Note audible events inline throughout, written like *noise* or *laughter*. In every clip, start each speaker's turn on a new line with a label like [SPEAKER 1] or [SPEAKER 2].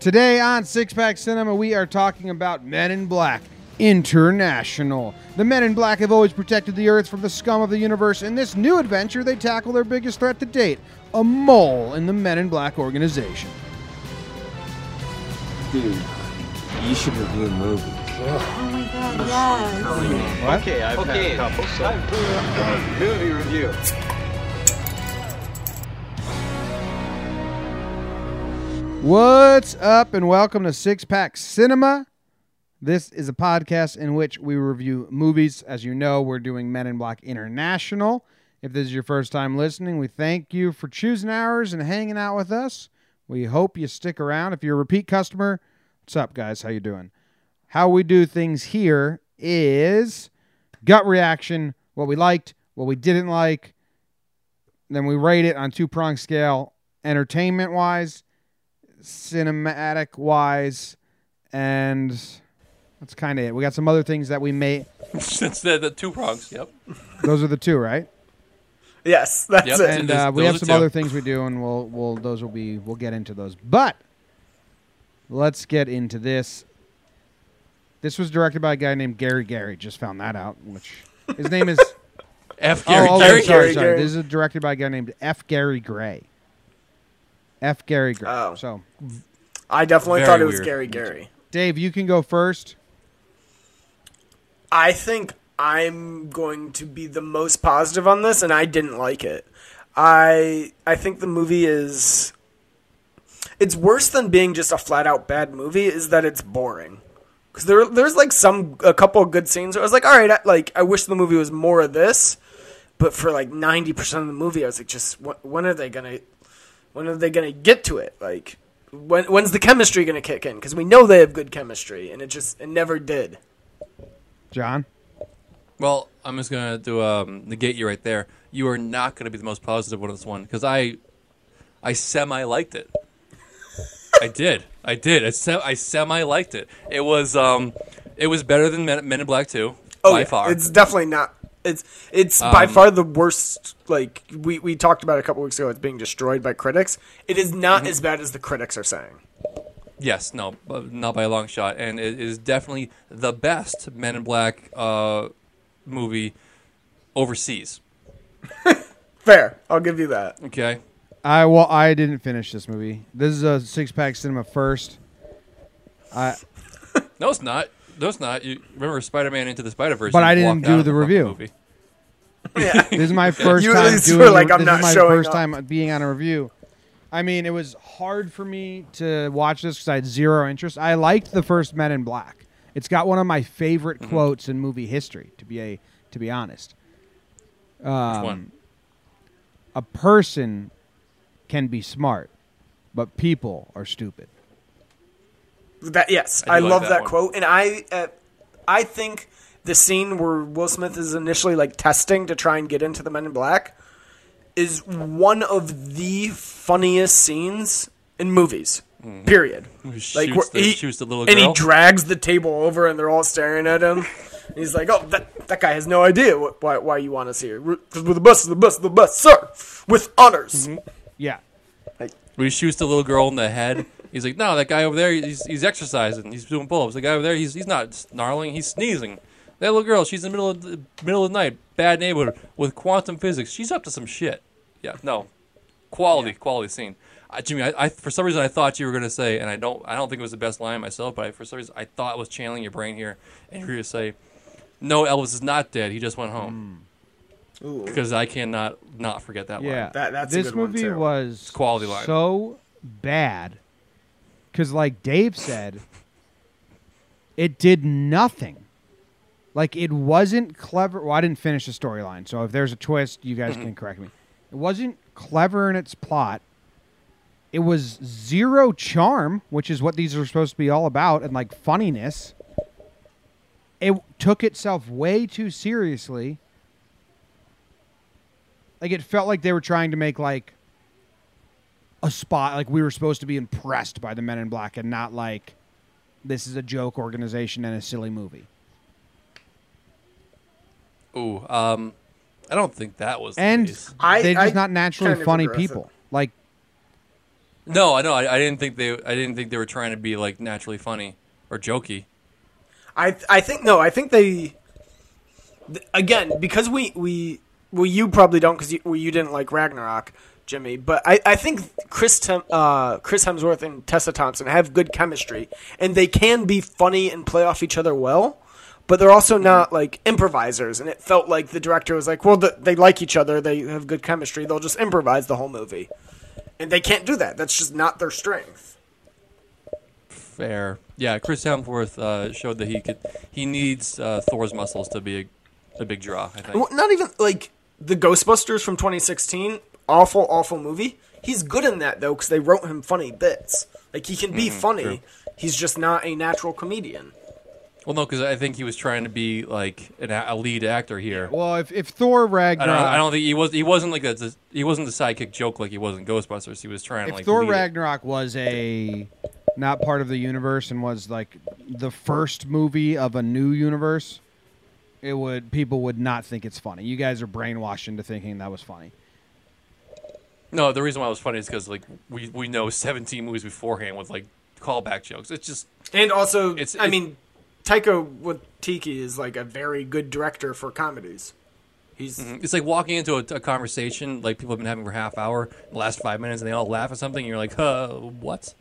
[SPEAKER 1] Today on Six Pack Cinema, we are talking about Men in Black International. The Men in Black have always protected the Earth from the scum of the universe. In this new adventure, they tackle their biggest threat to date a mole in the Men in Black organization.
[SPEAKER 2] Dude, you should review movies.
[SPEAKER 3] Oh my god, yes.
[SPEAKER 4] Okay, I've had a couple, so
[SPEAKER 2] Movie review.
[SPEAKER 1] What's up, and welcome to Six Pack Cinema. This is a podcast in which we review movies. As you know, we're doing Men in Black International. If this is your first time listening, we thank you for choosing ours and hanging out with us. We hope you stick around. If you're a repeat customer, what's up, guys? How you doing? How we do things here is gut reaction, what we liked, what we didn't like. Then we rate it on two prong scale, entertainment wise, cinematic wise, and that's kind of it. We got some other things that we may.
[SPEAKER 5] *laughs* Since they're the two prongs, yep.
[SPEAKER 1] Those are the two, right?
[SPEAKER 6] Yes, that's
[SPEAKER 5] Yep.
[SPEAKER 6] it.
[SPEAKER 1] And
[SPEAKER 5] Those-
[SPEAKER 1] uh, we
[SPEAKER 5] those
[SPEAKER 1] have
[SPEAKER 5] are
[SPEAKER 1] some
[SPEAKER 5] two.
[SPEAKER 1] other things we do, and we'll we'll those will be we'll get into those. But let's get into this. This was directed by a guy named Gary Gary. Just found that out. Which his name
[SPEAKER 5] *laughs*
[SPEAKER 1] is
[SPEAKER 5] F
[SPEAKER 1] Oh,
[SPEAKER 5] Gary
[SPEAKER 1] oh,
[SPEAKER 5] Gary.
[SPEAKER 1] sorry,
[SPEAKER 6] Gary,
[SPEAKER 1] sorry.
[SPEAKER 6] Gary.
[SPEAKER 1] This is directed by a guy named F. Gary Gray. F. Gary Gray.
[SPEAKER 6] Oh.
[SPEAKER 1] So,
[SPEAKER 6] I definitely
[SPEAKER 5] Very
[SPEAKER 6] thought it was
[SPEAKER 5] weird.
[SPEAKER 6] Gary Gary.
[SPEAKER 1] Dave, you can go first.
[SPEAKER 6] I think I'm going to be the most positive on this, and I didn't like it. I I think the movie is it's worse than being just a flat out bad movie. Is that it's boring because there there's like some a couple of good scenes. Where I was like, all right, I, like I wish the movie was more of this, but for like ninety percent of the movie, I was like, just wh- when are they gonna when are they gonna get to it? Like when when's the chemistry gonna kick in? Because we know they have good chemistry, and it just it never did.
[SPEAKER 1] John.
[SPEAKER 5] Well, I'm just gonna do um, negate you right there. You are not gonna be the most positive one of this one because I, I semi
[SPEAKER 1] *laughs*
[SPEAKER 5] liked it. I did. I did. I, se- I semi liked it. It was um, it was better than Men, Men in Black Two by
[SPEAKER 1] Oh,
[SPEAKER 6] Oh, yeah.
[SPEAKER 5] far. Um,
[SPEAKER 6] It's definitely not. It's it's by far the worst. Like we we talked about a couple weeks ago, it's being destroyed by critics. It is not
[SPEAKER 5] Mm-hmm.
[SPEAKER 6] as bad as the critics are saying.
[SPEAKER 5] Yes, no, but not by a long shot, and it is definitely the best Men in Black uh, movie overseas.
[SPEAKER 6] Fair, I'll give you that.
[SPEAKER 5] Okay.
[SPEAKER 1] I well, I didn't finish this movie. This is a six pack cinema first.
[SPEAKER 5] No, it's not. No, it's not. You remember Spider-Man Into the Spider-Verse?
[SPEAKER 1] But
[SPEAKER 5] you
[SPEAKER 1] I didn't
[SPEAKER 5] walked
[SPEAKER 1] do
[SPEAKER 5] out of
[SPEAKER 1] the
[SPEAKER 5] fucking
[SPEAKER 1] review.
[SPEAKER 5] movie.
[SPEAKER 1] This is my first
[SPEAKER 6] *laughs* You at
[SPEAKER 1] time
[SPEAKER 6] least
[SPEAKER 1] doing.
[SPEAKER 6] were like, I'm
[SPEAKER 1] this
[SPEAKER 6] not
[SPEAKER 1] is my
[SPEAKER 6] showing
[SPEAKER 1] first
[SPEAKER 6] up.
[SPEAKER 1] time being on a review. I mean, it was hard for me to watch this because I had zero interest. I liked the first Men in Black. It's got one of my favorite
[SPEAKER 6] Mm-hmm.
[SPEAKER 1] quotes in movie history. To be a to be honest,
[SPEAKER 5] Which one?
[SPEAKER 1] a person can be smart, but people are stupid.
[SPEAKER 6] That yes,
[SPEAKER 5] I
[SPEAKER 6] I,
[SPEAKER 5] do like
[SPEAKER 6] love
[SPEAKER 5] that
[SPEAKER 6] that,
[SPEAKER 5] one.
[SPEAKER 6] quote, and I uh, I think the scene where Will Smith is initially like testing to try and get into the Men in Black is one of the funniest scenes in movies.
[SPEAKER 5] *laughs*
[SPEAKER 6] Period.
[SPEAKER 5] Mm-hmm. shoots the- shoots the little
[SPEAKER 6] and
[SPEAKER 5] girl.
[SPEAKER 6] he drags the table over, and they're all staring at
[SPEAKER 5] *laughs*
[SPEAKER 6] him. and he's like, "Oh, that, that guy has no idea what, why why you want us here. We're, 'cause we're the best, of the best, of the best, sir, with honors."
[SPEAKER 5] Mm-hmm.
[SPEAKER 1] Yeah,
[SPEAKER 5] When he shoots the little girl in the head, he's like, "No, that guy over there, he's, he's exercising. He's doing pull-ups. The guy over there, he's he's not snarling. He's sneezing. That little girl, she's in the middle of the middle of the night, bad neighborhood with quantum physics. She's up to some shit. Yeah, no, quality, quality scene. Uh, Jimmy, I, I for some reason I thought you were gonna say, and I don't, I don't think it was the best line myself, but I, for some reason I thought it was channeling your brain here, and you were gonna say, "No, Elvis is not dead. He just went home." Because I cannot not forget that line.
[SPEAKER 1] yeah.
[SPEAKER 6] That- that's a
[SPEAKER 1] this
[SPEAKER 6] good one,
[SPEAKER 1] movie
[SPEAKER 6] too.
[SPEAKER 1] was
[SPEAKER 5] quality line.
[SPEAKER 1] so bad because, like Dave said, it did nothing. Like it wasn't clever. Well, I didn't finish the storyline, so if there's a twist, you guys can correct me. It wasn't clever in its plot. It was zero charm, which is what these are supposed to be all about, and like funniness. It took itself way too seriously. Like it felt like they were trying to make like a spot like we were supposed to be impressed by the men in black and not like this is a joke organization and a silly movie
[SPEAKER 5] Ooh, um, I don't think that was. The
[SPEAKER 1] and
[SPEAKER 5] case.
[SPEAKER 6] I-
[SPEAKER 1] they're just
[SPEAKER 6] I
[SPEAKER 1] not naturally
[SPEAKER 6] kind of
[SPEAKER 1] funny
[SPEAKER 6] agree with
[SPEAKER 1] people like
[SPEAKER 5] No, I know. I, I didn't think they. I didn't think they were trying to be like naturally funny or jokey.
[SPEAKER 6] I I think no, I think they th- again because we we well you probably don't because you, well, you didn't like Ragnarok, Jimmy. But I, I think Chris Tem, uh, Chris Hemsworth and Tessa Thompson have good chemistry and they can be funny and play off each other well. But they're also not like improvisers, and it felt like the director was like, "Well, th- they like each other. They have good chemistry. They'll just improvise the whole movie," and they can't do that. That's just not their strength.
[SPEAKER 5] Fair. Yeah, Chris Hemsworth uh, showed that he could. He needs uh, Thor's muscles to be a, a big draw. I think.
[SPEAKER 6] Well, not even like the Ghostbusters from 2016. Awful, awful movie. He's good in that though because they wrote him funny bits. Like he can be funny.
[SPEAKER 5] Mm-hmm, true.
[SPEAKER 6] He's just not a natural comedian.
[SPEAKER 5] Well, no, because I think he was trying to be like an, a a lead actor here.
[SPEAKER 1] Well, if, if Thor
[SPEAKER 5] I
[SPEAKER 1] Ragnarok,
[SPEAKER 5] don't, I don't think he was. He wasn't like a. He wasn't the sidekick joke like he was in Ghostbusters. He was trying to
[SPEAKER 1] if
[SPEAKER 5] like.
[SPEAKER 1] Thor
[SPEAKER 5] lead it.
[SPEAKER 1] Ragnarok was a not part of the universe and was like the first movie of a new universe, it would people would not think it's funny. You guys are brainwashed into thinking that was funny.
[SPEAKER 5] No, the reason why it was funny is because like we we know 17 movies beforehand with like callback jokes. It's just
[SPEAKER 6] And also,
[SPEAKER 5] It's-
[SPEAKER 6] I
[SPEAKER 5] it-
[SPEAKER 6] mean, Taika Waititi is like a very good director for comedies. He's
[SPEAKER 5] it's like walking into a, a conversation like people have been having for a half hour, the last five minutes, and they all laugh at something. and You're like, uh, what?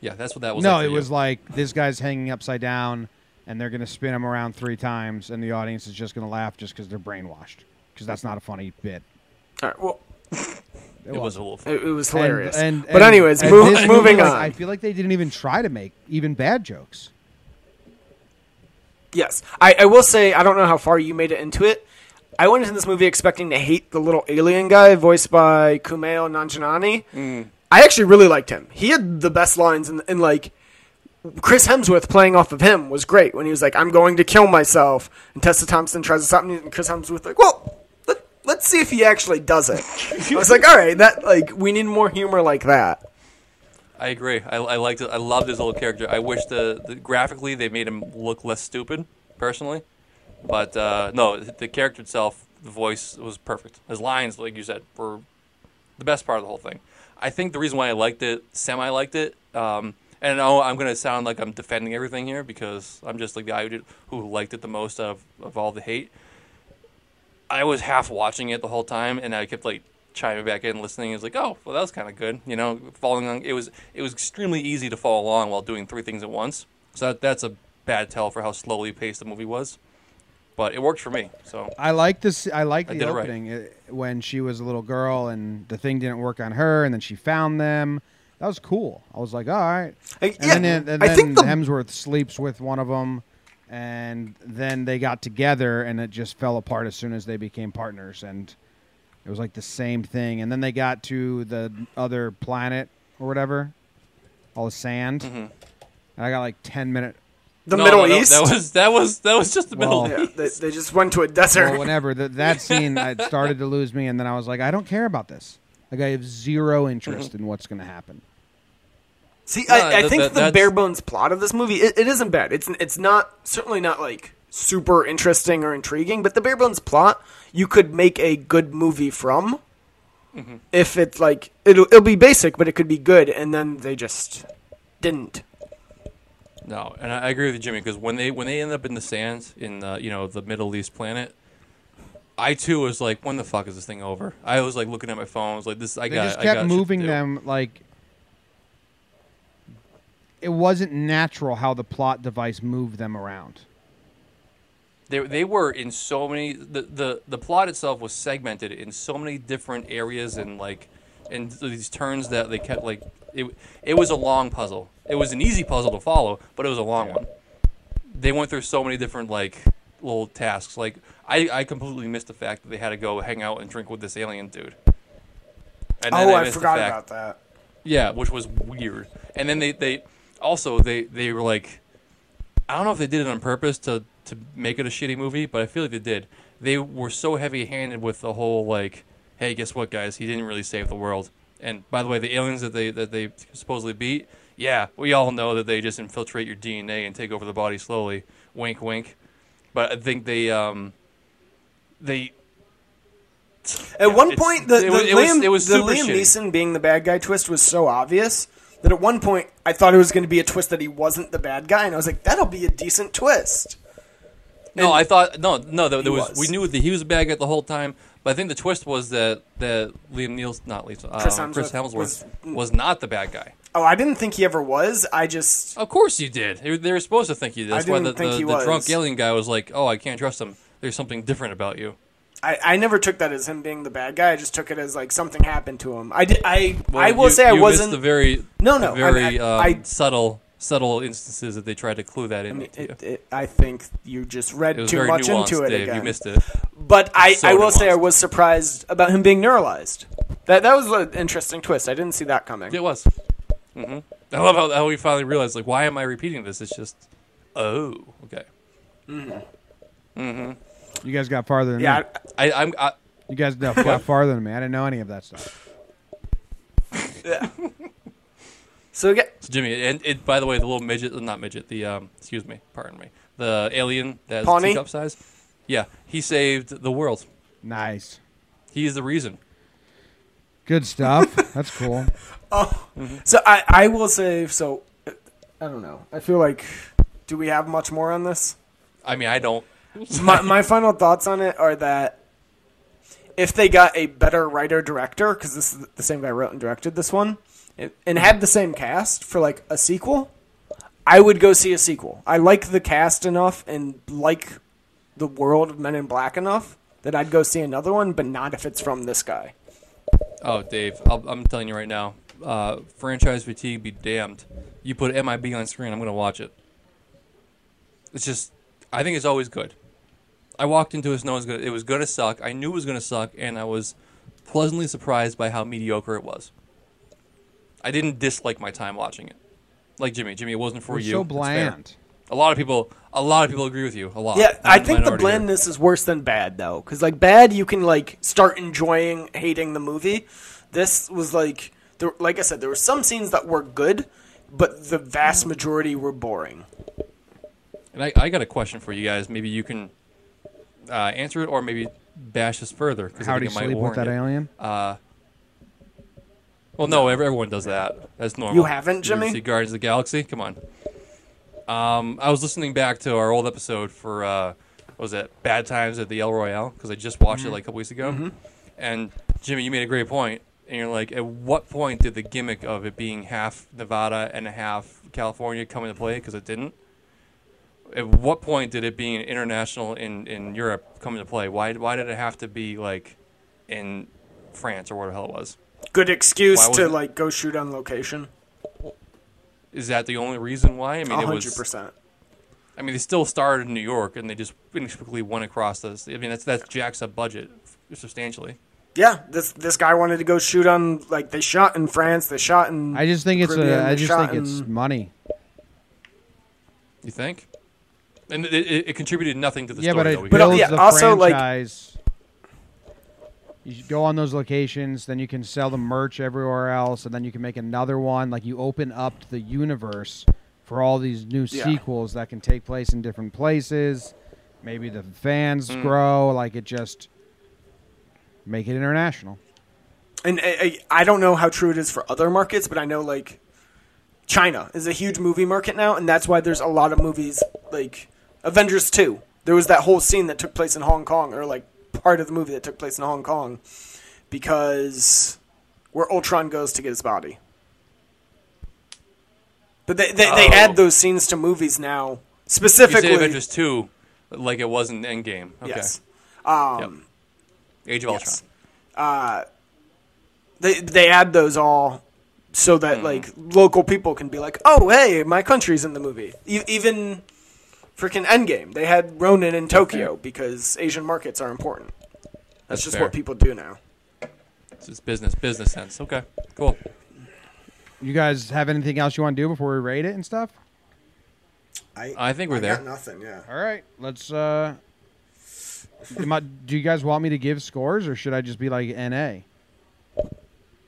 [SPEAKER 5] Yeah, that's what that was.
[SPEAKER 1] no,
[SPEAKER 5] like
[SPEAKER 1] it
[SPEAKER 5] for you.
[SPEAKER 1] was like this guy's hanging upside down and they're going to spin him around three times and the audience is just going to laugh just because they're brainwashed because that's not a funny bit.
[SPEAKER 6] all right, well,
[SPEAKER 5] It was a little. Funny.
[SPEAKER 6] it, it was
[SPEAKER 1] And-
[SPEAKER 6] hilarious.
[SPEAKER 1] And,
[SPEAKER 6] but
[SPEAKER 1] and-
[SPEAKER 6] anyways,
[SPEAKER 1] and
[SPEAKER 6] move-
[SPEAKER 1] this movie,
[SPEAKER 6] moving
[SPEAKER 1] like,
[SPEAKER 6] on.
[SPEAKER 1] I feel like they didn't even try to make even bad jokes.
[SPEAKER 6] Yes, I, I will say I don't know how far you made it into it. I went into this movie expecting to hate the little alien guy voiced by Kumail Nanjiani.
[SPEAKER 5] Mm.
[SPEAKER 6] I actually really liked him. He had the best lines, and and like Chris Hemsworth playing off of him was great when he was like, "I'm going to kill myself," and Tessa Thompson tries to stop me, and Chris Hemsworth like, "Well, let, let's see if he actually does it." I was like, "All right, that like we need more humor like that."
[SPEAKER 5] I agree. I, I liked it. I loved his little character. I wish the, the graphically they made him look less stupid, personally. But uh, no, the character itself, the voice was perfect. His lines, like you said, were the best part of the whole thing. I think the reason why I liked it, semi liked it, um, and oh, I'm gonna sound like I'm defending everything here because I'm just the guy who did, who liked it the most of of all the hate. I was half watching it the whole time, and I kept like chiming back in, listening. It was like, oh, well, that was kind of good, you know. Following on, it was it was extremely easy to follow along while doing three things at once. So that, that's a bad tell for how slowly paced the movie was, but it worked for me. So
[SPEAKER 1] I like this. I like
[SPEAKER 5] I
[SPEAKER 1] the
[SPEAKER 5] did it right.
[SPEAKER 1] opening uh, when she was a little girl and the thing didn't work on her, and then she found them. That was cool. I was like, all right.
[SPEAKER 6] I-
[SPEAKER 1] and then,
[SPEAKER 6] yeah,
[SPEAKER 1] and then
[SPEAKER 6] I think the-
[SPEAKER 1] Hemsworth sleeps with one of them, and then they got together, and it just fell apart as soon as they became partners, and it was like the same thing. And then they got to the other planet or whatever, all the sand,
[SPEAKER 6] Mm-hmm.
[SPEAKER 1] and I got like ten minute.
[SPEAKER 6] The
[SPEAKER 5] No,
[SPEAKER 6] Middle
[SPEAKER 5] no, no,
[SPEAKER 6] East.
[SPEAKER 5] That was that was that was just the Middle
[SPEAKER 1] Well,
[SPEAKER 5] East.
[SPEAKER 6] yeah, they, they just went to a desert.
[SPEAKER 1] Well, whenever that
[SPEAKER 6] *laughs*
[SPEAKER 1] that scene I started to lose me, and then I was like, I don't care about this. Like I have zero
[SPEAKER 6] Mm-hmm.
[SPEAKER 1] interest in what's going to happen.
[SPEAKER 6] See,
[SPEAKER 5] No,
[SPEAKER 6] I, I
[SPEAKER 5] that-
[SPEAKER 6] think
[SPEAKER 5] that-
[SPEAKER 6] the
[SPEAKER 5] that's-
[SPEAKER 6] bare bones plot of this movie it, it isn't bad. It's it's not certainly not like super interesting or intriguing, but the bare bones plot you could make a good movie from.
[SPEAKER 5] Mm-hmm.
[SPEAKER 6] If it's like it'll it'll be basic, but it could be good, and then they just didn't.
[SPEAKER 5] No, and I I agree with Jimmy because when they when they end up in the sands in uh, you know the Middle East planet, I too was like, when the fuck is this thing over? I was like looking at my phone. I was like, this I
[SPEAKER 1] They
[SPEAKER 5] got.
[SPEAKER 1] just
[SPEAKER 5] I
[SPEAKER 1] kept
[SPEAKER 5] got shit to
[SPEAKER 1] moving
[SPEAKER 5] do.
[SPEAKER 1] them like it wasn't natural how the plot device moved them around.
[SPEAKER 5] They, they were in so many the, the the plot itself was segmented in so many different areas and like and these turns that they kept like it it was a long puzzle. It was an easy puzzle to follow, but it was a long one. they went through so many different like little tasks. Like I, I completely missed the fact that they had to go hang out and drink with this alien dude. And then
[SPEAKER 6] Oh, I
[SPEAKER 5] missed the
[SPEAKER 6] forgot
[SPEAKER 5] fact-
[SPEAKER 6] about that.
[SPEAKER 5] Yeah, which was weird. And then they, they also they they were like, I don't know if they did it on purpose to to make it a shitty movie, but I feel like they did. They were so heavy handed with the whole like, hey, guess what, guys? He didn't really save the world. And by the way, the aliens that they that they supposedly beat, yeah, we all know that they just infiltrate your DNA and take over the body slowly. Wink, wink. But I think they um, they It's,
[SPEAKER 6] At one
[SPEAKER 5] it's-
[SPEAKER 6] point, the, the
[SPEAKER 5] it was, it was-
[SPEAKER 6] Liam,
[SPEAKER 5] it was
[SPEAKER 6] the
[SPEAKER 5] super
[SPEAKER 6] Liam
[SPEAKER 5] shitty.
[SPEAKER 6] Neeson being the bad guy twist was so obvious that at one point I thought it was going to be a twist that he wasn't the bad guy, and I was like, that'll be a decent twist.
[SPEAKER 5] No, I thought no, no. There, there
[SPEAKER 6] He
[SPEAKER 5] was,
[SPEAKER 6] was.
[SPEAKER 5] we knew that he was a bad guy the whole time, but I think the twist was that that Liam Neeson, not Liam, uh,
[SPEAKER 6] Chris
[SPEAKER 5] Chris
[SPEAKER 6] Hemsworth
[SPEAKER 5] Hemsworth, was,
[SPEAKER 6] was-
[SPEAKER 5] not the bad guy.
[SPEAKER 6] Oh, I didn't think he ever was. I just
[SPEAKER 5] Of course you did. They were- They were supposed to think you did. That's why the,
[SPEAKER 6] didn't think
[SPEAKER 5] the,
[SPEAKER 6] he
[SPEAKER 5] the drunk
[SPEAKER 6] was.
[SPEAKER 5] alien guy was like, "Oh, I can't trust him. There's something different about you."
[SPEAKER 6] I, I never took that as him being the bad guy. I just took it as like something happened to him. I did. I I
[SPEAKER 5] Well,
[SPEAKER 6] will
[SPEAKER 5] you-
[SPEAKER 6] say I
[SPEAKER 5] you missed
[SPEAKER 6] wasn't.
[SPEAKER 5] the very
[SPEAKER 6] No,
[SPEAKER 5] the
[SPEAKER 6] no, I-
[SPEAKER 5] very
[SPEAKER 6] I-
[SPEAKER 5] um,
[SPEAKER 6] I-
[SPEAKER 5] subtle subtle instances that they tried to clue that in. to you.
[SPEAKER 6] it, it, I think you just read
[SPEAKER 5] It was
[SPEAKER 6] too
[SPEAKER 5] very
[SPEAKER 6] much
[SPEAKER 5] nuanced,
[SPEAKER 6] into it
[SPEAKER 5] Dave.
[SPEAKER 6] again.
[SPEAKER 5] You missed it.
[SPEAKER 6] But I,
[SPEAKER 5] So
[SPEAKER 6] I will say I
[SPEAKER 5] nuanced.
[SPEAKER 6] was surprised about him being neuralized. That that was an interesting twist. I didn't see that coming.
[SPEAKER 5] It was. hmm I love how, how we finally realized, like, why am I repeating this? It's just, oh, okay.
[SPEAKER 1] You guys got farther than
[SPEAKER 6] Yeah,
[SPEAKER 1] me.
[SPEAKER 5] I, I'm. uh, I,
[SPEAKER 1] You guys no, got farther than me. I didn't know any of that stuff.
[SPEAKER 6] So yeah,
[SPEAKER 5] so Jimmy, and it, by the way, the little midget, not midget, the um, excuse me, pardon me, the alien that's
[SPEAKER 6] Pawnee?
[SPEAKER 5] teacup size. Yeah, he saved the world.
[SPEAKER 1] Nice.
[SPEAKER 5] He is the reason.
[SPEAKER 1] Good
[SPEAKER 6] *laughs*
[SPEAKER 1] stuff. That's cool.
[SPEAKER 6] so I, I will say so. uh, I don't know. I feel like do we have much more on this?
[SPEAKER 5] I mean, I don't.
[SPEAKER 6] *laughs* My my final thoughts on it are that if they got a better writer director, because this is the same guy wrote and directed this one, and- and had the same cast for like a sequel, I would go see a sequel. I like the cast enough and like the world of Men in Black enough that I'd go see another one, but not if it's from this guy.
[SPEAKER 5] Oh, Dave, I'll, I'm telling you right now, uh, franchise fatigue be damned. You put MIB on screen, I'm gonna watch it. It's just, I think it's always good. I walked into this knowing it was gonna, it was gonna suck. I knew it was gonna suck, and I was pleasantly surprised by how mediocre it was. I didn't dislike my time watching it, like Jimmy. Jimmy, it wasn't for
[SPEAKER 1] We're
[SPEAKER 5] you.
[SPEAKER 1] so
[SPEAKER 5] It's fair.
[SPEAKER 1] bland.
[SPEAKER 5] A lot of people, a lot of people agree with you. A lot.
[SPEAKER 6] Yeah,
[SPEAKER 5] I'm
[SPEAKER 6] I
[SPEAKER 5] a
[SPEAKER 6] think the
[SPEAKER 5] minority here.
[SPEAKER 6] blandness is worse than bad though, because like bad you can like start enjoying hating the movie. This was like, there, like I said, there were some scenes that were good, but the vast majority were boring.
[SPEAKER 5] And I, I got a question for you guys. Maybe you can uh, answer it, or maybe bash us further. 'cause I
[SPEAKER 1] How'd he
[SPEAKER 5] think it might
[SPEAKER 1] sleep with
[SPEAKER 5] warrant
[SPEAKER 1] that
[SPEAKER 5] it.
[SPEAKER 1] alien?
[SPEAKER 5] Well, no, ev- everyone does that. That's normal.
[SPEAKER 6] You haven't, Jimmy?
[SPEAKER 5] ever see Guardians of the Galaxy? Come on. Um, I was listening back to our old episode for uh, what was that Bad Times at the El Royale because I just watched
[SPEAKER 6] Mm-hmm.
[SPEAKER 5] it like a couple weeks ago. And Jimmy, you made a great point, and you're like, at what point did the gimmick of it being half Nevada and half California come into play? Because it didn't. At what point did it being international in, in Europe come into play? Why why did it have to be like in France or where the hell it was?
[SPEAKER 6] Good excuse
[SPEAKER 5] Why was
[SPEAKER 6] to
[SPEAKER 5] it-
[SPEAKER 6] like go shoot on location.
[SPEAKER 5] Is that the only reason why? I mean,
[SPEAKER 6] A
[SPEAKER 5] it
[SPEAKER 6] hundred
[SPEAKER 5] was.
[SPEAKER 6] percent.
[SPEAKER 5] I mean, they still started in New York, and they just inexplicably went across this. I mean, that's that's jacks up budget substantially.
[SPEAKER 6] Yeah, this this guy wanted to go shoot on like they shot in France, they shot in.
[SPEAKER 1] I just think it's
[SPEAKER 6] Caribbean,
[SPEAKER 1] a, I
[SPEAKER 6] they
[SPEAKER 1] just
[SPEAKER 6] shot
[SPEAKER 1] think it's
[SPEAKER 6] in-
[SPEAKER 1] money.
[SPEAKER 5] You think? And it, it, it contributed nothing to the
[SPEAKER 1] Yeah, but
[SPEAKER 5] story.
[SPEAKER 1] it
[SPEAKER 5] though. We
[SPEAKER 1] builds
[SPEAKER 5] got-
[SPEAKER 6] yeah,
[SPEAKER 1] the
[SPEAKER 6] also, like-
[SPEAKER 1] franchise. you should go on those locations, then you can sell the merch everywhere else, and then you can make another one. Like you open up the universe for all these new
[SPEAKER 6] Yeah.
[SPEAKER 1] sequels that can take place in different places. Maybe the fans
[SPEAKER 6] Mm.
[SPEAKER 1] grow. Like it just make it international.
[SPEAKER 6] and I, I I don't know how true it is for other markets, but I know like China is a huge movie market now, and that's why there's a lot of movies like Avengers Two. There was that whole scene that took place in Hong Kong, or like part of the movie that took place in Hong Kong, because where Ultron goes to get his body. But they they, they
[SPEAKER 5] Oh.
[SPEAKER 6] add those scenes to movies now
[SPEAKER 5] you
[SPEAKER 6] specifically.
[SPEAKER 5] say Avengers two, like it was in Endgame. Okay.
[SPEAKER 6] Yes.
[SPEAKER 5] Yep. Age of
[SPEAKER 6] Yes.
[SPEAKER 5] Ultron.
[SPEAKER 6] they they add those all so that
[SPEAKER 5] Mm-hmm.
[SPEAKER 6] like local people can be like, oh hey, my country's in the movie. E- even freaking Endgame, they had Ronin in Tokyo because Asian markets are important.
[SPEAKER 5] That's
[SPEAKER 6] That's, just
[SPEAKER 5] fair.
[SPEAKER 6] what people do now.
[SPEAKER 5] It's just business, business sense. Okay, cool.
[SPEAKER 1] You guys have anything else you want to do before we rate it and stuff?
[SPEAKER 5] I think we're
[SPEAKER 6] I got
[SPEAKER 5] there.
[SPEAKER 6] nothing. Yeah.
[SPEAKER 1] All right, let's. uh am I- Do you guys want me to give scores, or should I just be like NA?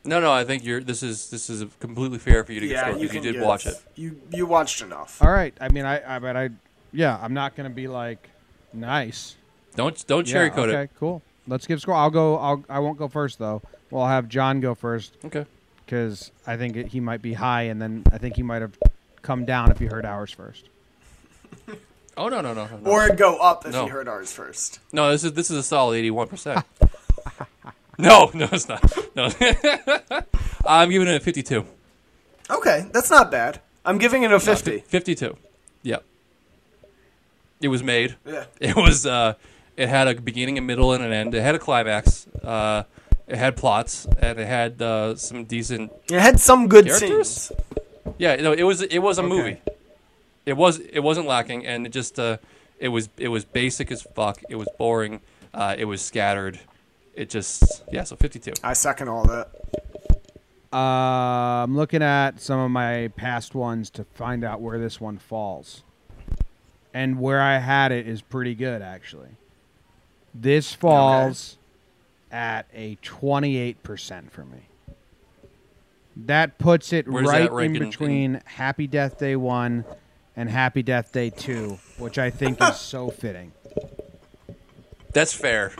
[SPEAKER 5] No, no, I think you're. This is this is completely fair for you to get
[SPEAKER 6] Yeah,
[SPEAKER 5] scored
[SPEAKER 6] you,
[SPEAKER 5] because you
[SPEAKER 6] can
[SPEAKER 5] did
[SPEAKER 6] give-
[SPEAKER 5] watch it.
[SPEAKER 6] You you watched enough.
[SPEAKER 1] All right. I mean, I, I but I, yeah, I'm not gonna be like nice.
[SPEAKER 5] Don't don't
[SPEAKER 1] Yeah,
[SPEAKER 5] cherry coat
[SPEAKER 1] okay,
[SPEAKER 5] it.
[SPEAKER 1] cool. Let's give score. I'll go. I'll. I won't go first though. Well, I'll have John go first
[SPEAKER 5] Okay.
[SPEAKER 1] because I think it, he might be high, and then I think he might have come down if he heard ours first.
[SPEAKER 5] Oh no no no no. no.
[SPEAKER 6] Or go up if
[SPEAKER 5] No.
[SPEAKER 6] you heard ours first.
[SPEAKER 5] No, this is this is a solid eighty-one percent. *laughs* No, no, it's not. No, *laughs* I'm giving it a fifty-two.
[SPEAKER 6] Okay, that's not bad. I'm giving it a
[SPEAKER 5] Fif-
[SPEAKER 6] fifty.
[SPEAKER 5] Fifty-two. Yeah. It was made.
[SPEAKER 6] Yeah.
[SPEAKER 5] It was. Uh, it had a beginning, a middle, and an end. It had a climax. Uh, it had plots, and it had uh, some decent.
[SPEAKER 6] It had some good
[SPEAKER 5] Characters?
[SPEAKER 6] scenes.
[SPEAKER 5] Yeah, no, it was. It was a movie. It was. It wasn't lacking, and it just. Uh, it was. It was basic as fuck. It was boring. Uh, it was scattered. It just. Yeah. So fifty-two.
[SPEAKER 6] I second all that.
[SPEAKER 1] Uh, I'm looking at some of my past ones to find out where this one falls, and where I had it is pretty good actually. This falls at a 28 percent for me. That puts it
[SPEAKER 5] Where does
[SPEAKER 1] right
[SPEAKER 5] that rank
[SPEAKER 1] in
[SPEAKER 5] in- in-
[SPEAKER 1] between Happy Death Day one and Happy Death Day two, which I think is so fitting.
[SPEAKER 5] That's fair.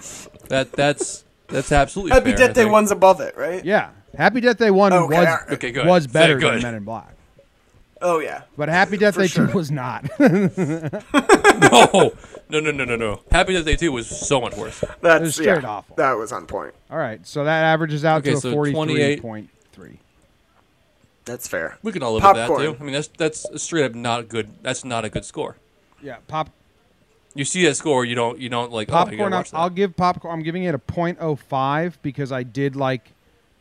[SPEAKER 5] That that's that's absolutely
[SPEAKER 6] Happy
[SPEAKER 5] fair, I
[SPEAKER 6] Death Day
[SPEAKER 5] think. *laughs*
[SPEAKER 6] one's above it, right?
[SPEAKER 1] Yeah, Happy Death Day one
[SPEAKER 6] Okay,
[SPEAKER 1] was
[SPEAKER 6] all right.
[SPEAKER 5] Okay, good.
[SPEAKER 1] was
[SPEAKER 5] Say
[SPEAKER 1] better than
[SPEAKER 5] good.
[SPEAKER 1] Men in Black,
[SPEAKER 6] Oh yeah.
[SPEAKER 1] but Happy Death
[SPEAKER 6] For
[SPEAKER 1] Day
[SPEAKER 6] sure.
[SPEAKER 1] two was not. *laughs*
[SPEAKER 5] No, no, no, no, no, no. Happy Death Day two was so much worse.
[SPEAKER 6] That's
[SPEAKER 1] was straight
[SPEAKER 6] yeah,
[SPEAKER 1] awful.
[SPEAKER 6] That was on point.
[SPEAKER 1] All right, so that averages out
[SPEAKER 5] Okay,
[SPEAKER 1] to a
[SPEAKER 5] so
[SPEAKER 1] 43.3.
[SPEAKER 5] 28.
[SPEAKER 6] That's fair.
[SPEAKER 5] We can all live with that
[SPEAKER 6] Popcorn.
[SPEAKER 5] too. I mean, that's that's straight up not good. That's not a good score.
[SPEAKER 1] Yeah, pop
[SPEAKER 5] You see that score, you don't you don't like Oh, I
[SPEAKER 1] popcorn.
[SPEAKER 5] gotta
[SPEAKER 1] I'll,
[SPEAKER 5] watch that.
[SPEAKER 1] I'll give popcorn. I'm giving it a 0.05 because I did like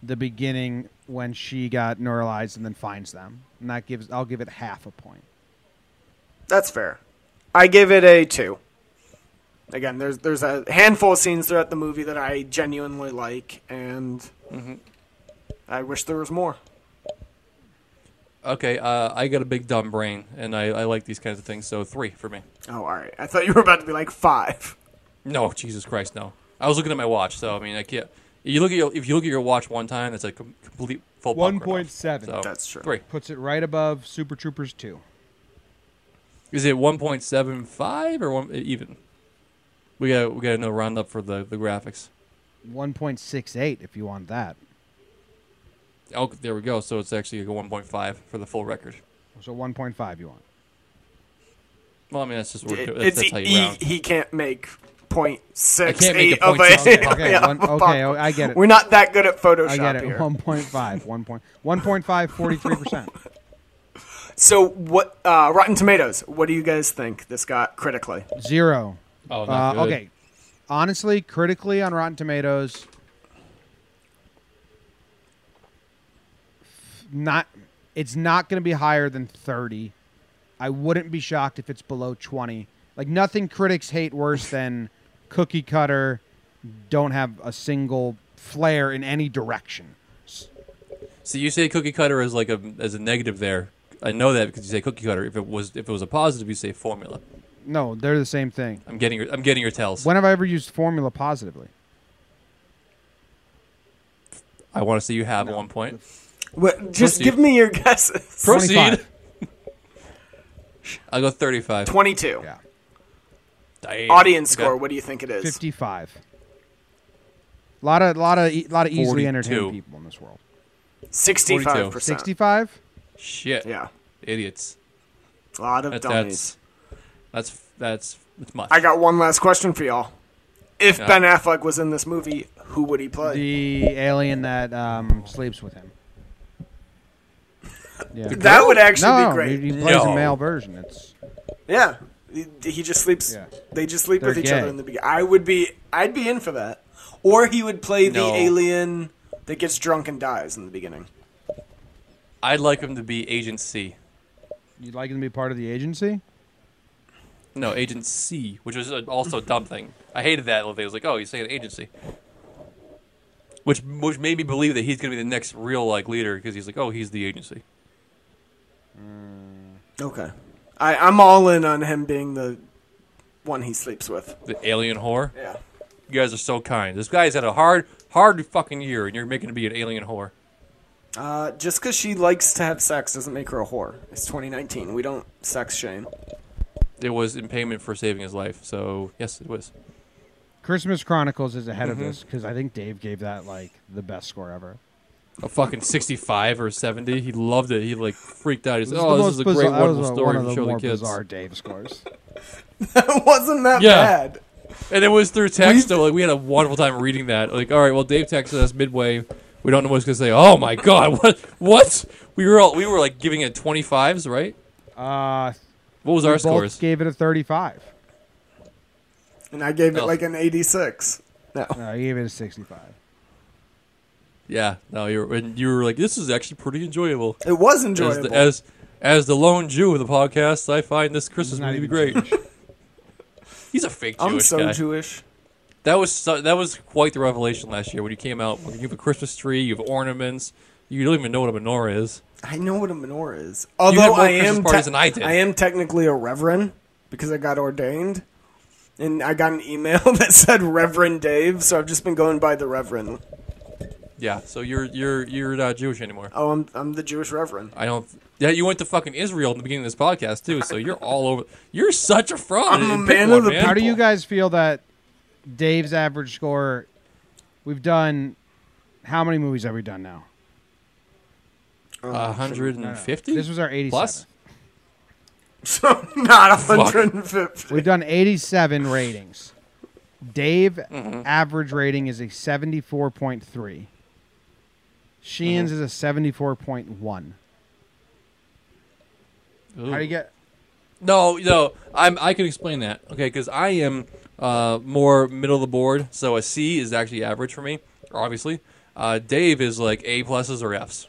[SPEAKER 1] the beginning when she got neuralized and then finds them, and that gives. I'll give it half a point.
[SPEAKER 6] That's fair. I give it a two. Again, there's there's a handful of scenes throughout the movie that I genuinely like, and I wish there was more.
[SPEAKER 5] okay, uh, I got a big dumb brain, and I, I like these kinds of things. So three for me.
[SPEAKER 6] Oh, all right. I thought you were about to be like five.
[SPEAKER 5] No, Jesus Christ, no. I was looking at my watch, so I mean, I can't. You look at your, if you look at your watch one time, that's a com- complete full. popcorn off.
[SPEAKER 1] 1.7.
[SPEAKER 5] So,
[SPEAKER 6] That's true.
[SPEAKER 5] Three
[SPEAKER 1] Puts it right above Super Troopers 2.
[SPEAKER 5] is it one point seven five or one e, even? We got we got another roundup for the the graphics.
[SPEAKER 1] 1.68 if you want that.
[SPEAKER 5] Oh, there we go. So it's actually a 1.5 for the full record.
[SPEAKER 1] So 1.5 you want.
[SPEAKER 5] Well, I mean, that's just what we're
[SPEAKER 6] It-
[SPEAKER 5] doing. That's,
[SPEAKER 6] it's e,
[SPEAKER 5] that's how
[SPEAKER 6] he,
[SPEAKER 5] you round.
[SPEAKER 6] he can't make point
[SPEAKER 5] I
[SPEAKER 6] six
[SPEAKER 5] can't make
[SPEAKER 6] eight
[SPEAKER 5] a
[SPEAKER 6] of
[SPEAKER 5] point
[SPEAKER 6] a.
[SPEAKER 5] something.
[SPEAKER 6] *laughs*
[SPEAKER 1] Okay,
[SPEAKER 6] yeah,
[SPEAKER 1] one-
[SPEAKER 6] of a
[SPEAKER 1] okay,
[SPEAKER 6] pop-
[SPEAKER 1] I get it.
[SPEAKER 6] We're not that good at Photoshop
[SPEAKER 1] I get it.
[SPEAKER 6] here.
[SPEAKER 1] 1.5. 1 point, 1.5, 43%.
[SPEAKER 6] So what? Uh, Rotten Tomatoes. What do you guys think this got critically?
[SPEAKER 1] Zero.
[SPEAKER 5] Oh,
[SPEAKER 1] Uh,
[SPEAKER 5] not good.
[SPEAKER 1] okay. Honestly, critically on Rotten Tomatoes, not it's not going to be higher than 30. I wouldn't be shocked if it's below 20. Like nothing critics hate worse than cookie cutter don't have a single flair in any direction.
[SPEAKER 5] So you say cookie cutter as like a as a negative there. I know that because you say cookie cutter. If it was if it was a positive, you say formula.
[SPEAKER 1] No, they're the same thing.
[SPEAKER 5] I'm getting your I'm getting your tells.
[SPEAKER 1] When have I ever used formula positively?
[SPEAKER 5] I want to see you have at one point.
[SPEAKER 6] What, just
[SPEAKER 5] Proceed.
[SPEAKER 6] give me your guesses.
[SPEAKER 5] Proceed.
[SPEAKER 1] 25.
[SPEAKER 5] I'll go 35.
[SPEAKER 6] Twenty-two.
[SPEAKER 1] Yeah.
[SPEAKER 5] Damn.
[SPEAKER 6] Audience
[SPEAKER 5] Okay.
[SPEAKER 6] score. What do you think it is?
[SPEAKER 1] 55. A lot of lot of lot of e, easily entertained
[SPEAKER 5] 42.
[SPEAKER 1] people in this world.
[SPEAKER 6] Sixty-five percent.
[SPEAKER 1] 65?
[SPEAKER 5] Shit.
[SPEAKER 6] Yeah.
[SPEAKER 5] Idiots.
[SPEAKER 6] A lot of
[SPEAKER 5] That,
[SPEAKER 6] dummies.
[SPEAKER 5] that's that's that's it's much.
[SPEAKER 6] I got one last question for y'all. If
[SPEAKER 5] Yeah.
[SPEAKER 6] Ben Affleck was in this movie, who would he play?
[SPEAKER 1] The alien that um, sleeps with him. Yeah.
[SPEAKER 6] that would actually
[SPEAKER 1] no,
[SPEAKER 6] be great.
[SPEAKER 1] He, he plays a
[SPEAKER 5] No.
[SPEAKER 1] male version. It's
[SPEAKER 6] yeah. He, he just sleeps.
[SPEAKER 1] Yeah.
[SPEAKER 6] They just sleep
[SPEAKER 1] They're
[SPEAKER 6] with each
[SPEAKER 1] gay.
[SPEAKER 6] other in the beginning. I would be. I'd be in for that. Or he would play
[SPEAKER 5] No.
[SPEAKER 6] the alien that gets drunk and dies in the beginning.
[SPEAKER 5] I'd like him to be Agent C.
[SPEAKER 1] you'd like him to be part of the agency?
[SPEAKER 5] No, Agent C, which was uh, also a dumb thing. I hated that. little thing. It was like, oh, he's saying agency, which which made me believe that he's gonna be the next real like leader because he's like, oh, he's the agency.
[SPEAKER 6] Okay. I, I'm all in on him being the one he sleeps with.
[SPEAKER 5] The alien whore.
[SPEAKER 6] Yeah.
[SPEAKER 5] You guys are so kind. This guy's had a hard, hard fucking year, and you're making him be an alien whore.
[SPEAKER 6] Uh, just because she likes to have sex doesn't make her a whore. It's 2019. We don't sex shame. *laughs*
[SPEAKER 5] It was in payment for saving his life, so yes, it was.
[SPEAKER 1] Christmas Chronicles is ahead
[SPEAKER 6] Mm-hmm.
[SPEAKER 1] of this because I think Dave gave that like the best score ever.
[SPEAKER 5] a fucking 65 or 70. He loved it. He like freaked out. He's
[SPEAKER 1] It
[SPEAKER 5] like,
[SPEAKER 1] was
[SPEAKER 5] oh,
[SPEAKER 1] the
[SPEAKER 5] this
[SPEAKER 1] most
[SPEAKER 5] is a
[SPEAKER 1] bizarre-
[SPEAKER 5] great,
[SPEAKER 1] that was
[SPEAKER 5] wonderful
[SPEAKER 1] one
[SPEAKER 5] story
[SPEAKER 1] of
[SPEAKER 5] to
[SPEAKER 1] the
[SPEAKER 5] show
[SPEAKER 1] more
[SPEAKER 5] the kids.
[SPEAKER 1] Bizarre Dave scores.
[SPEAKER 6] It wasn't that
[SPEAKER 5] Yeah.
[SPEAKER 6] bad.
[SPEAKER 5] And it was through text. So, like, we had a wonderful time reading that. Like, all right, well, Dave texted us midway. We don't know what he's gonna say. Oh my god, *laughs* what? What? We were all we were like giving it 25s, right?
[SPEAKER 1] Uh,
[SPEAKER 5] What was our
[SPEAKER 1] both
[SPEAKER 5] scores?
[SPEAKER 1] gave it a 35.
[SPEAKER 6] And I gave it
[SPEAKER 5] Oh.
[SPEAKER 6] like an 86. No.
[SPEAKER 1] No, Uh, he gave it a 65.
[SPEAKER 5] Yeah, no, you were and you were like, this is actually pretty enjoyable.
[SPEAKER 6] It was
[SPEAKER 5] As
[SPEAKER 6] enjoyable.
[SPEAKER 5] the, as as the lone Jew of the podcast, I find this Christmas
[SPEAKER 1] not
[SPEAKER 5] movie to be
[SPEAKER 1] even
[SPEAKER 5] great. *laughs* He's a fake Jewish
[SPEAKER 6] I'm so
[SPEAKER 5] guy.
[SPEAKER 6] Jewish.
[SPEAKER 5] That was so, that was quite the revelation last year when you came out. You have a Christmas tree, you have ornaments. You don't even know what a menorah is.
[SPEAKER 6] I know what a menorah is.
[SPEAKER 5] had
[SPEAKER 6] Although
[SPEAKER 5] more
[SPEAKER 6] I
[SPEAKER 5] Christmas
[SPEAKER 6] am
[SPEAKER 5] parties than I did.
[SPEAKER 6] am technically a reverend because I got ordained. And I got an email *laughs* that said Reverend Dave, so I've just been going by the Reverend.
[SPEAKER 5] Yeah, so you're you're you're not Jewish anymore.
[SPEAKER 6] Oh, I'm I'm the Jewish Reverend. *laughs*
[SPEAKER 5] I don't. Yeah, you went to fucking Israel in the beginning of this podcast too, so you're all over. You're such a fraud.
[SPEAKER 6] I'm a
[SPEAKER 5] Pick
[SPEAKER 6] man
[SPEAKER 5] one,
[SPEAKER 6] of the-
[SPEAKER 5] man.
[SPEAKER 1] How do you guys feel that Dave's average score? We've done how many movies have we done now?
[SPEAKER 5] A hundred and fifty.
[SPEAKER 1] This was our 87.
[SPEAKER 5] plus.
[SPEAKER 6] So not 150.
[SPEAKER 1] We've done 87 ratings. Dave
[SPEAKER 5] Mm-hmm.
[SPEAKER 1] average rating is a 74.3. Sheehan's
[SPEAKER 5] Mm-hmm.
[SPEAKER 1] is a 74.1. How do you get
[SPEAKER 5] No, no, I'm. I can explain that. Okay, because I am uh, more middle of the board, so a C is actually average for me. Obviously, uh, Dave is like A pluses or Fs,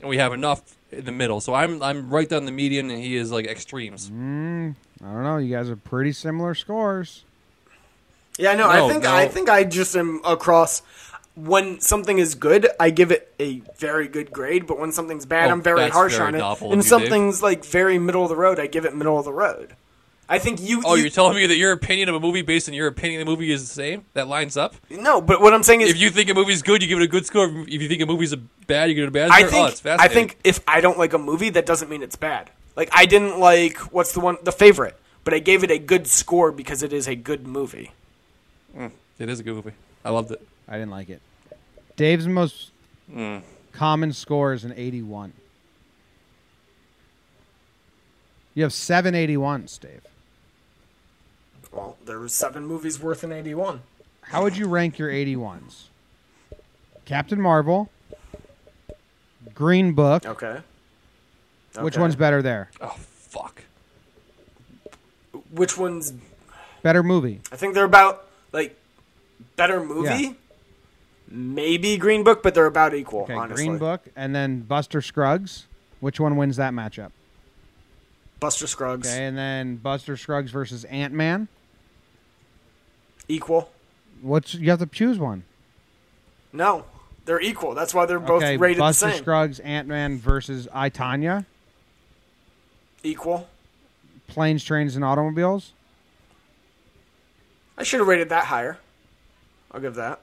[SPEAKER 5] and we have enough in the middle. So I'm I'm right down the median, and he is like extremes.
[SPEAKER 1] I don't know. You guys are pretty similar scores.
[SPEAKER 6] Yeah, no,
[SPEAKER 5] No,
[SPEAKER 6] I think
[SPEAKER 5] no.
[SPEAKER 6] I think I just am across when something is good, I give it a very good grade, but when something's bad,
[SPEAKER 5] Oh,
[SPEAKER 6] I'm very
[SPEAKER 5] that's
[SPEAKER 6] harsh
[SPEAKER 5] very
[SPEAKER 6] on it.
[SPEAKER 5] novel of you,
[SPEAKER 6] And
[SPEAKER 5] Dave.
[SPEAKER 6] something's like very middle of the road, I give it middle of the road. I think you
[SPEAKER 5] Oh,
[SPEAKER 6] you,
[SPEAKER 5] you're telling me that your opinion of a movie based on your opinion of the movie is the same? That lines up.
[SPEAKER 6] No, but what I'm saying is
[SPEAKER 5] If you think a movie's good, you give it a good score. If you think a movie's a bad, you give it a bad score.
[SPEAKER 6] I
[SPEAKER 5] oh,
[SPEAKER 6] think
[SPEAKER 5] it's
[SPEAKER 6] I
[SPEAKER 5] fascinating.
[SPEAKER 6] think if I don't like a movie, that doesn't mean it's bad. Like I didn't like what's the one the favorite, but I gave it a good score because it is a good movie.
[SPEAKER 5] it is a good movie. I loved it.
[SPEAKER 1] I didn't like it. Dave's most common score is an 81. You have seven 81s, Dave.
[SPEAKER 6] Well, there was seven movies worth an 81.
[SPEAKER 1] How would you rank your 81s? Captain Marvel, Green Book.
[SPEAKER 6] Okay.
[SPEAKER 1] Which
[SPEAKER 6] Okay.
[SPEAKER 1] one's better there?
[SPEAKER 5] Oh fuck.
[SPEAKER 6] Which one's
[SPEAKER 1] Better movie.
[SPEAKER 6] I think they're about like better movie.
[SPEAKER 1] Yeah.
[SPEAKER 6] Maybe Green Book, but they're about equal.
[SPEAKER 1] Okay,
[SPEAKER 6] honestly,
[SPEAKER 1] Green Book and then Buster Scruggs. Which one wins that matchup?
[SPEAKER 6] Buster Scruggs
[SPEAKER 1] Okay, and then Buster Scruggs versus Ant Man.
[SPEAKER 6] equal.
[SPEAKER 1] What's you have to choose one?
[SPEAKER 6] No, they're equal. That's why they're both
[SPEAKER 1] okay,
[SPEAKER 6] rated
[SPEAKER 1] Buster
[SPEAKER 6] the same.
[SPEAKER 1] Scruggs, Ant Man versus I Tanya,
[SPEAKER 6] equal.
[SPEAKER 1] Planes, Trains, and Automobiles.
[SPEAKER 6] I should have rated that higher. I'll give that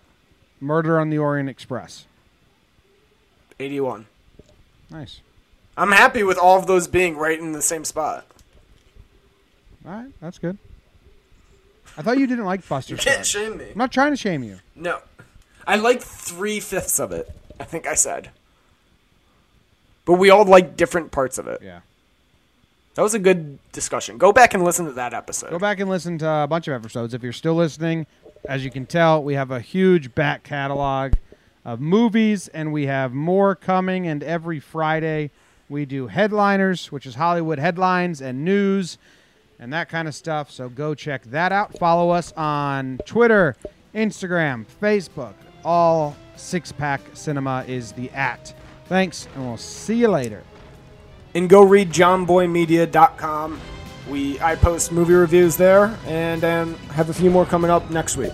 [SPEAKER 1] Murder on the Orient Express.
[SPEAKER 6] eighty-one.
[SPEAKER 1] Nice.
[SPEAKER 6] I'm happy with all of those being right in the same spot.
[SPEAKER 1] All right, that's good. I thought you didn't like Buster
[SPEAKER 6] *laughs* Can't
[SPEAKER 1] Scruggs.
[SPEAKER 6] shame me.
[SPEAKER 1] I'm not trying to shame you.
[SPEAKER 6] No, I like three fifths of it. I think I said. But we all like different parts of it.
[SPEAKER 1] Yeah.
[SPEAKER 6] That was a good discussion. Go back and listen to that episode.
[SPEAKER 1] Go back and listen to a bunch of episodes if you're still listening. As you can tell, we have a huge back catalog of movies, and we have more coming. And every Friday, we do headliners, which is Hollywood headlines and news and that kind of stuff. So go check that out. Follow us on Twitter, Instagram, Facebook. All Six Pack Cinema is the at. Thanks, and we'll see you later.
[SPEAKER 6] and go read johnboymedia.com. We I post movie reviews there and um, have a few more coming up next week.